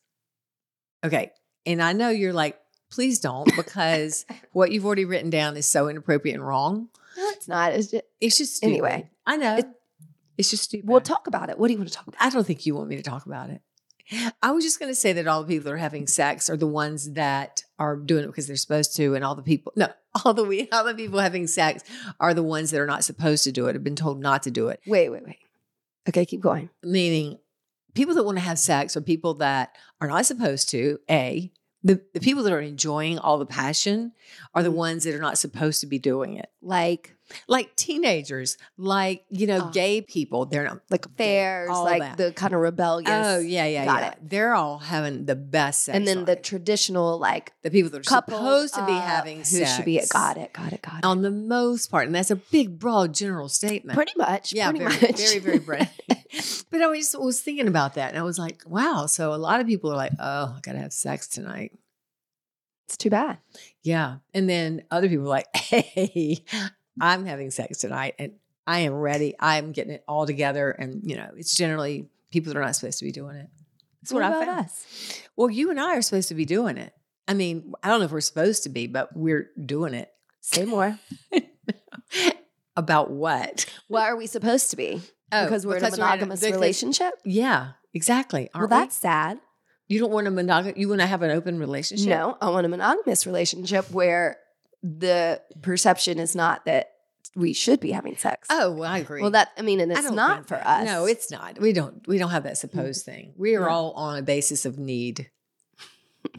Speaker 2: Okay. And I know you're like, please don't, because what you've already written down is so inappropriate and wrong.
Speaker 1: No, it's not. It's just,
Speaker 2: It's just stupid.
Speaker 1: Anyway.
Speaker 2: I know.
Speaker 1: It-
Speaker 2: it's just stupid.
Speaker 1: we'll talk about it. What do you want to talk about?
Speaker 2: I don't think you want me to talk about it. I was just going to say that all the people that are having sex are the ones that are doing it because they're supposed to, and all the people no, all the we all the people having sex are the ones that are not supposed to do it. Have been told not to do it.
Speaker 1: Wait, wait, wait. Okay, keep going.
Speaker 2: meaning people that want to have sex are people that are not supposed to a the, the people that are enjoying all the passion are the
Speaker 1: Mhm.
Speaker 2: ones that are not supposed to be doing it
Speaker 1: Like
Speaker 2: like teenagers like you know
Speaker 1: Ah.
Speaker 2: gay people they're not
Speaker 1: like affairs,
Speaker 2: all
Speaker 1: like
Speaker 2: that.
Speaker 1: the kind of rebellious.
Speaker 2: oh yeah yeah
Speaker 1: got
Speaker 2: yeah they're all having the best sex
Speaker 1: and then the
Speaker 2: life.
Speaker 1: traditional like
Speaker 2: the people that are
Speaker 1: couple
Speaker 2: supposed to be having
Speaker 1: who
Speaker 2: sex
Speaker 1: should be it. Got it. Got it. Got it.
Speaker 2: on the most part and that's a big broad general statement
Speaker 1: pretty much.
Speaker 2: yeah,
Speaker 1: pretty
Speaker 2: very,
Speaker 1: much.
Speaker 2: very, very brand. but I was, was thinking about that, and I was like, wow. So a lot of people are like, oh, I gotta have sex tonight.
Speaker 1: it's too bad.
Speaker 2: Yeah, and then other people are like, hey, I'm having sex tonight, and I am ready. I'm getting it all together, and you know, it's generally people that are not supposed to be doing it. That's what,
Speaker 1: what
Speaker 2: I
Speaker 1: about
Speaker 2: found.
Speaker 1: us?
Speaker 2: Well, you and I are supposed to be doing it. I mean, I don't know if we're supposed to be, but we're doing it.
Speaker 1: Say more.
Speaker 2: About what?
Speaker 1: What are we supposed to be?
Speaker 2: Oh,
Speaker 1: because we're in a
Speaker 2: in
Speaker 1: monogamous
Speaker 2: because-
Speaker 1: relationship.
Speaker 2: Yeah, exactly.
Speaker 1: Well,
Speaker 2: Aren't we?
Speaker 1: that's sad.
Speaker 2: You don't want a monogamous. You want to have an open relationship.
Speaker 1: No, I want a monogamous relationship where the perception is not that we should be having sex.
Speaker 2: Oh, well, I agree.
Speaker 1: well, that I mean, and
Speaker 2: I
Speaker 1: it's
Speaker 2: don't
Speaker 1: not
Speaker 2: think
Speaker 1: for
Speaker 2: that-
Speaker 1: us. Mm-hmm.
Speaker 2: No, it's not. We don't. We don't have that supposed thing. We are
Speaker 1: No.
Speaker 2: all on a basis of need,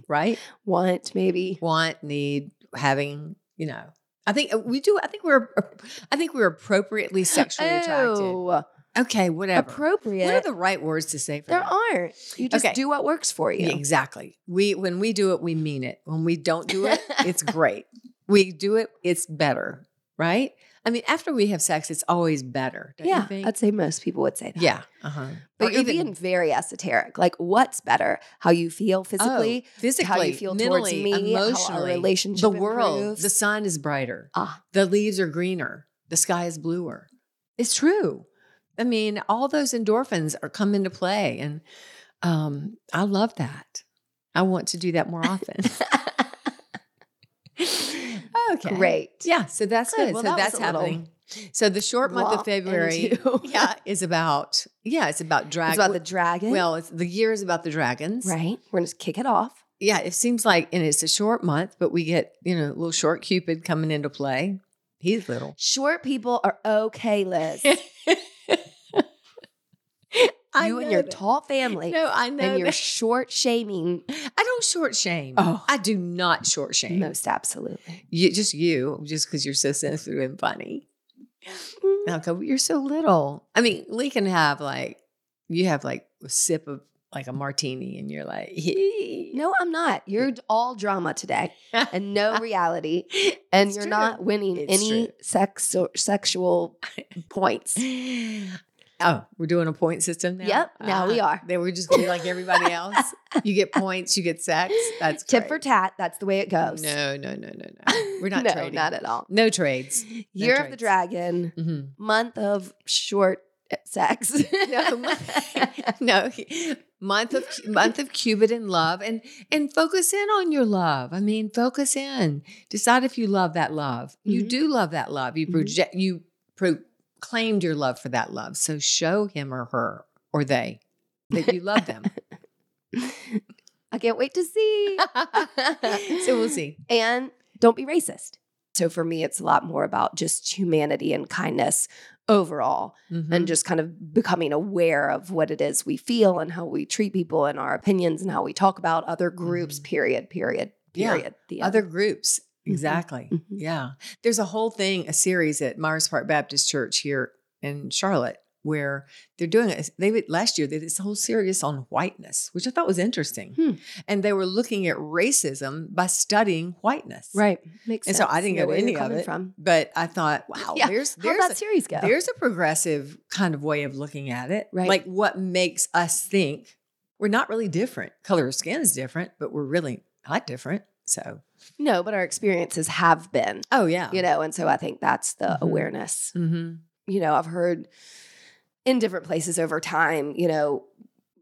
Speaker 2: right?
Speaker 1: want maybe.
Speaker 2: Want, need, having. You know, I think uh, we do. I think we're. I think we're appropriately sexually attracted.
Speaker 1: Oh,
Speaker 2: Okay, whatever.
Speaker 1: appropriate.
Speaker 2: What are the right words to say for
Speaker 1: there
Speaker 2: that?
Speaker 1: aren't. You just
Speaker 2: Okay.
Speaker 1: do what works for you.
Speaker 2: Yeah, Exactly. We when we do it, we mean it. When we don't do it, it's great. We do it, it's better, right? I mean, after we have sex, it's always better. Don't
Speaker 1: Yeah,
Speaker 2: you think?
Speaker 1: I'd say most people would say that.
Speaker 2: yeah. Uh-huh.
Speaker 1: But
Speaker 2: Or
Speaker 1: you're being very esoteric. Like, what's better? How you feel
Speaker 2: oh,
Speaker 1: physically,
Speaker 2: physically,
Speaker 1: how you feel towards
Speaker 2: mentally,
Speaker 1: me, how our
Speaker 2: emotionally,
Speaker 1: relationship
Speaker 2: the world,
Speaker 1: improves.
Speaker 2: the sun is brighter,
Speaker 1: Ah.
Speaker 2: the leaves are greener, the sky is bluer. It's true. I mean, all those endorphins are come into play, and um, I love that. I want to do that more often. okay.
Speaker 1: Great.
Speaker 2: Yeah. So that's good.
Speaker 1: Good. Well,
Speaker 2: so
Speaker 1: that was
Speaker 2: that's
Speaker 1: a little
Speaker 2: happening. So the short month
Speaker 1: Blah
Speaker 2: of February,
Speaker 1: into-
Speaker 2: yeah, is about yeah, it's about dragon.
Speaker 1: It's about the dragon.
Speaker 2: well, it's, the year is about the dragons.
Speaker 1: right. We're going to kick it off.
Speaker 2: Yeah, it seems like, and it's a short month, but we get you know little short Cupid coming into play. He's little.
Speaker 1: Short people are okay, Liz. you and your
Speaker 2: tall.
Speaker 1: tall family
Speaker 2: No, I know.
Speaker 1: and your
Speaker 2: that.
Speaker 1: short shaming.
Speaker 2: I don't short shame.
Speaker 1: Oh.
Speaker 2: I do not short shame.
Speaker 1: Most absolutely.
Speaker 2: You, just you, just because you're so sensitive and funny. And I'll go, "But you're so little. I mean, we can have like, you have like a sip of like a martini and you're like,
Speaker 1: No, I'm not. You're all drama today and no reality. And
Speaker 2: It's
Speaker 1: you're
Speaker 2: true.
Speaker 1: not winning
Speaker 2: It's
Speaker 1: any
Speaker 2: true.
Speaker 1: sex or sexual points.
Speaker 2: Oh, we're doing a point system now? Ah,
Speaker 1: Yep, now we are.
Speaker 2: Then we're just going to be like everybody else. you get points, you get sex. That's
Speaker 1: Tip
Speaker 2: great.
Speaker 1: for tat. That's the way it goes.
Speaker 2: No, no, no, no, no. We're not
Speaker 1: no,
Speaker 2: trading.
Speaker 1: not at all.
Speaker 2: no trades.
Speaker 1: Year of the
Speaker 2: trades.
Speaker 1: dragon,
Speaker 2: Mhm.
Speaker 1: month of short eh, sex.
Speaker 2: no, mon- no, month of month of Cupid in love, and and focus in on your love. I mean, focus in. Decide if you love that love. You
Speaker 1: Mhm.
Speaker 2: do love that love. You
Speaker 1: Mhm.
Speaker 2: project. You proclaimed your love for that love. So show him or her or they that you love them.
Speaker 1: I can't wait to see.
Speaker 2: so we'll see.
Speaker 1: and don't be racist. So for me, it's a lot more about just humanity and kindness overall,
Speaker 2: Mhm.
Speaker 1: and just kind of becoming aware of what it is we feel and how we treat people and our opinions and how we talk about other groups. Period. Period.
Speaker 2: Mm-hmm. Yeah.
Speaker 1: Period. The
Speaker 2: other groups. Exactly.
Speaker 1: Mhm.
Speaker 2: Yeah. There's a whole thing, a series at Myers Park Baptist Church here in Charlotte where they're doing it. They did- last year they did this whole series on whiteness, which I thought was interesting.
Speaker 1: Hmm.
Speaker 2: And they were looking at racism by studying whiteness.
Speaker 1: Right. Makes
Speaker 2: And
Speaker 1: sense.
Speaker 2: so I didn't
Speaker 1: Know
Speaker 2: go to
Speaker 1: where you're
Speaker 2: any of
Speaker 1: coming
Speaker 2: it.
Speaker 1: From.
Speaker 2: But I thought, wow,
Speaker 1: Yeah.
Speaker 2: there's
Speaker 1: How'd
Speaker 2: there's
Speaker 1: that series go?
Speaker 2: there's a progressive kind of way of looking at it.
Speaker 1: Right.
Speaker 2: Like what makes us think we're not really different. Color of skin is different, but we're really not different. So,
Speaker 1: no, but our experiences have been,
Speaker 2: oh, yeah.
Speaker 1: you know, and so I think that's the
Speaker 2: Mhm.
Speaker 1: awareness.
Speaker 2: hmm
Speaker 1: You know, I've heard in different places over time, you know,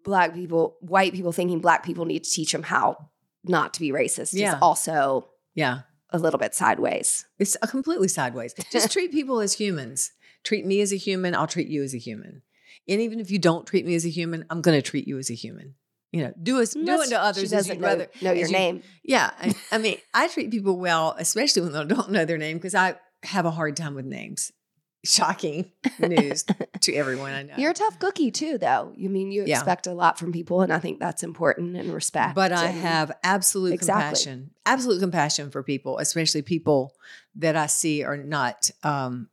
Speaker 1: black people, white people thinking black people need to teach them how not to be racist
Speaker 2: Yeah.
Speaker 1: is also
Speaker 2: Yeah.
Speaker 1: a little bit sideways.
Speaker 2: It's a completely sideways. Just treat people as humans. Treat me as a human. I'll treat you as a human. And even if you don't treat me as a human, I'm going to treat you as a human. You know, do us do unto
Speaker 1: she
Speaker 2: others as
Speaker 1: doesn't
Speaker 2: you'd
Speaker 1: know,
Speaker 2: rather.
Speaker 1: know your
Speaker 2: as you-
Speaker 1: name.
Speaker 2: Yeah, I, I mean, I treat people well, especially when I don't know their name, because I have a hard time with names. Shocking news to everyone I know.
Speaker 1: You're a tough cookie too, though. You mean you
Speaker 2: Yeah.
Speaker 1: expect a lot from people, and I think that's important and respect.
Speaker 2: but I
Speaker 1: and-
Speaker 2: have absolute
Speaker 1: Exactly.
Speaker 2: compassion, absolute compassion for people, especially people that I see are not, um,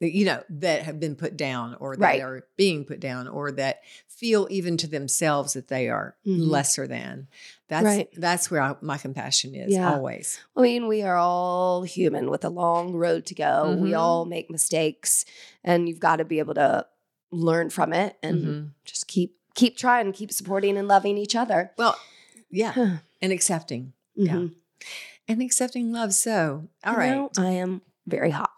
Speaker 2: that, you know, that have been put down or that
Speaker 1: Right.
Speaker 2: are being put down or that feel even to themselves that they are
Speaker 1: Mhm.
Speaker 2: lesser than. That's
Speaker 1: Right.
Speaker 2: that's where I, my compassion is
Speaker 1: Yeah.
Speaker 2: always.
Speaker 1: I mean, we are all human with a long road to go. We
Speaker 2: Mhm.
Speaker 1: all make mistakes, and you've got to be able to learn from it and
Speaker 2: Mhm.
Speaker 1: just keep keep trying, keep supporting and loving each other.
Speaker 2: Well, yeah,
Speaker 1: Mhm.
Speaker 2: and accepting Yeah. and accepting love. So, all
Speaker 1: You
Speaker 2: right,
Speaker 1: know, I am very hot.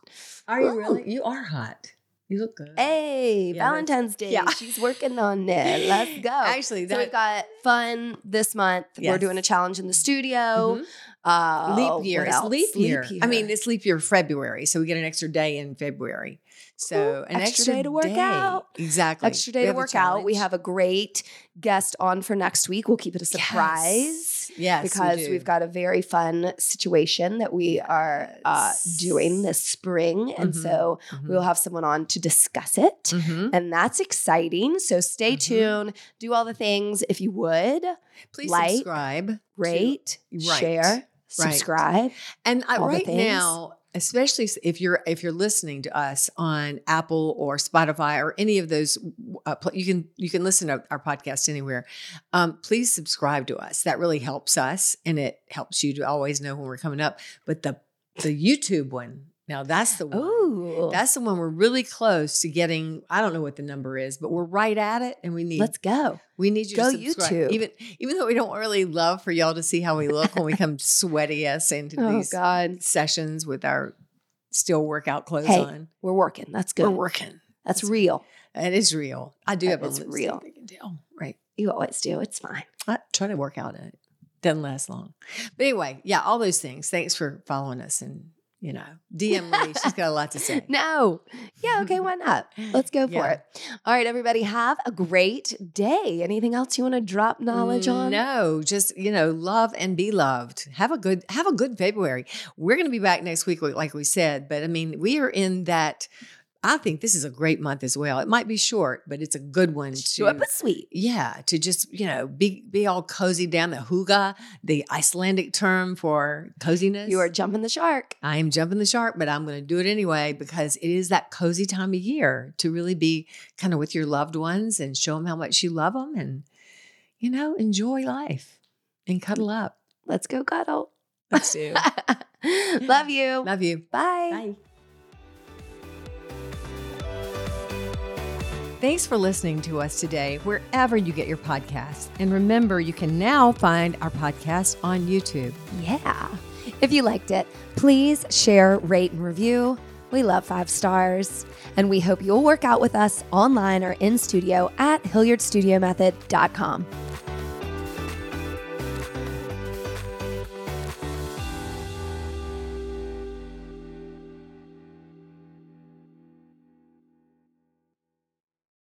Speaker 2: are you
Speaker 1: Ooh.
Speaker 2: really? You are hot. You look good.
Speaker 1: Hey,
Speaker 2: Yeah, that's-
Speaker 1: Valentine's Day.
Speaker 2: yeah.
Speaker 1: She's working on it. Let's go.
Speaker 2: Actually,
Speaker 1: so we've
Speaker 2: that
Speaker 1: got fun this month. We're
Speaker 2: Yes.
Speaker 1: doing a challenge in the studio.
Speaker 2: Mhm.
Speaker 1: Uh,
Speaker 2: leap year.
Speaker 1: what
Speaker 2: It's
Speaker 1: else?
Speaker 2: leap year. I mean, it's leap year February, so we get an extra day in February. So an
Speaker 1: extra day to work out.
Speaker 2: Exactly.
Speaker 1: extra day
Speaker 2: We
Speaker 1: to
Speaker 2: have a
Speaker 1: work out. We
Speaker 2: challenge.
Speaker 1: have a great guest on for next week. We'll keep it a surprise.
Speaker 2: Yes, yes we
Speaker 1: Because
Speaker 2: do.
Speaker 1: we have got a very fun situation that we are uh,
Speaker 2: Yes.
Speaker 1: doing this spring. And
Speaker 2: Mhm.
Speaker 1: so
Speaker 2: Mhm.
Speaker 1: we'll have someone on to discuss it.
Speaker 2: Mhm.
Speaker 1: And that's exciting. So stay
Speaker 2: Mhm.
Speaker 1: tuned. Do all the things if you would.
Speaker 2: please
Speaker 1: like,
Speaker 2: subscribe.
Speaker 1: Rate,
Speaker 2: Right.
Speaker 1: share,
Speaker 2: Right.
Speaker 1: subscribe.
Speaker 2: And I,
Speaker 1: all the
Speaker 2: right
Speaker 1: things.
Speaker 2: now, especially if you're if you're listening to us on Apple or Spotify or any of those, uh, pl- you can you can listen to our podcast anywhere. Um, please subscribe to us. That really helps us, and it helps you to always know when we're coming up. But the the YouTube one now that's the one.
Speaker 1: Ooh,
Speaker 2: That's the one we're really close to getting. I don't know what the number is, but we're right at it, and we need
Speaker 1: let's go.
Speaker 2: we need you
Speaker 1: Go
Speaker 2: to subscribe.
Speaker 1: YouTube.
Speaker 2: Even even though we don't really love for y'all to see how we look when we come sweaty us into
Speaker 1: Oh,
Speaker 2: these
Speaker 1: God.
Speaker 2: sessions with our still workout clothes
Speaker 1: Hey,
Speaker 2: on.
Speaker 1: We're working. That's good.
Speaker 2: We're working.
Speaker 1: That's
Speaker 2: That's-
Speaker 1: real.
Speaker 2: It is real. I do
Speaker 1: That
Speaker 2: have a
Speaker 1: is
Speaker 2: lipstick
Speaker 1: real.
Speaker 2: I can tell. Right.
Speaker 1: You always do. It's fine.
Speaker 2: I try to work out in it. Doesn't last long. But anyway, yeah, all those things. Thanks for following us and you know, DM Lee. She's got a lot to say.
Speaker 1: No. Yeah, okay, why not? Let's go for
Speaker 2: Yeah.
Speaker 1: it. All right, everybody, have a great day. Anything else you want to drop knowledge on?
Speaker 2: No, just you know, love and be loved. Have a good have a good February. We're going to be back next week, like we said. But I mean, we are in that. I think this is a great month as well. It might be short, but it's a good one
Speaker 1: Short
Speaker 2: to.
Speaker 1: but sweet.
Speaker 2: Yeah, to just you know be be all cozy down the huga, the Icelandic term for coziness.
Speaker 1: You are jumping the shark.
Speaker 2: I am jumping the shark, but I'm going to do it anyway because it is that cozy time of year to really be kind of with your loved ones and show them how much you love them and, you know, enjoy life and cuddle up.
Speaker 1: Let's go cuddle.
Speaker 2: Let's do.
Speaker 1: Love you.
Speaker 2: Love you.
Speaker 1: Bye.
Speaker 2: Thanks for listening to us today, wherever you get your podcasts. And remember, you can now find our podcast on YouTube.
Speaker 1: Yeah. If you liked it, please share, rate, and review. We love five stars. And we hope you'll work out with us online or in studio at HilliardStudioMethod.com.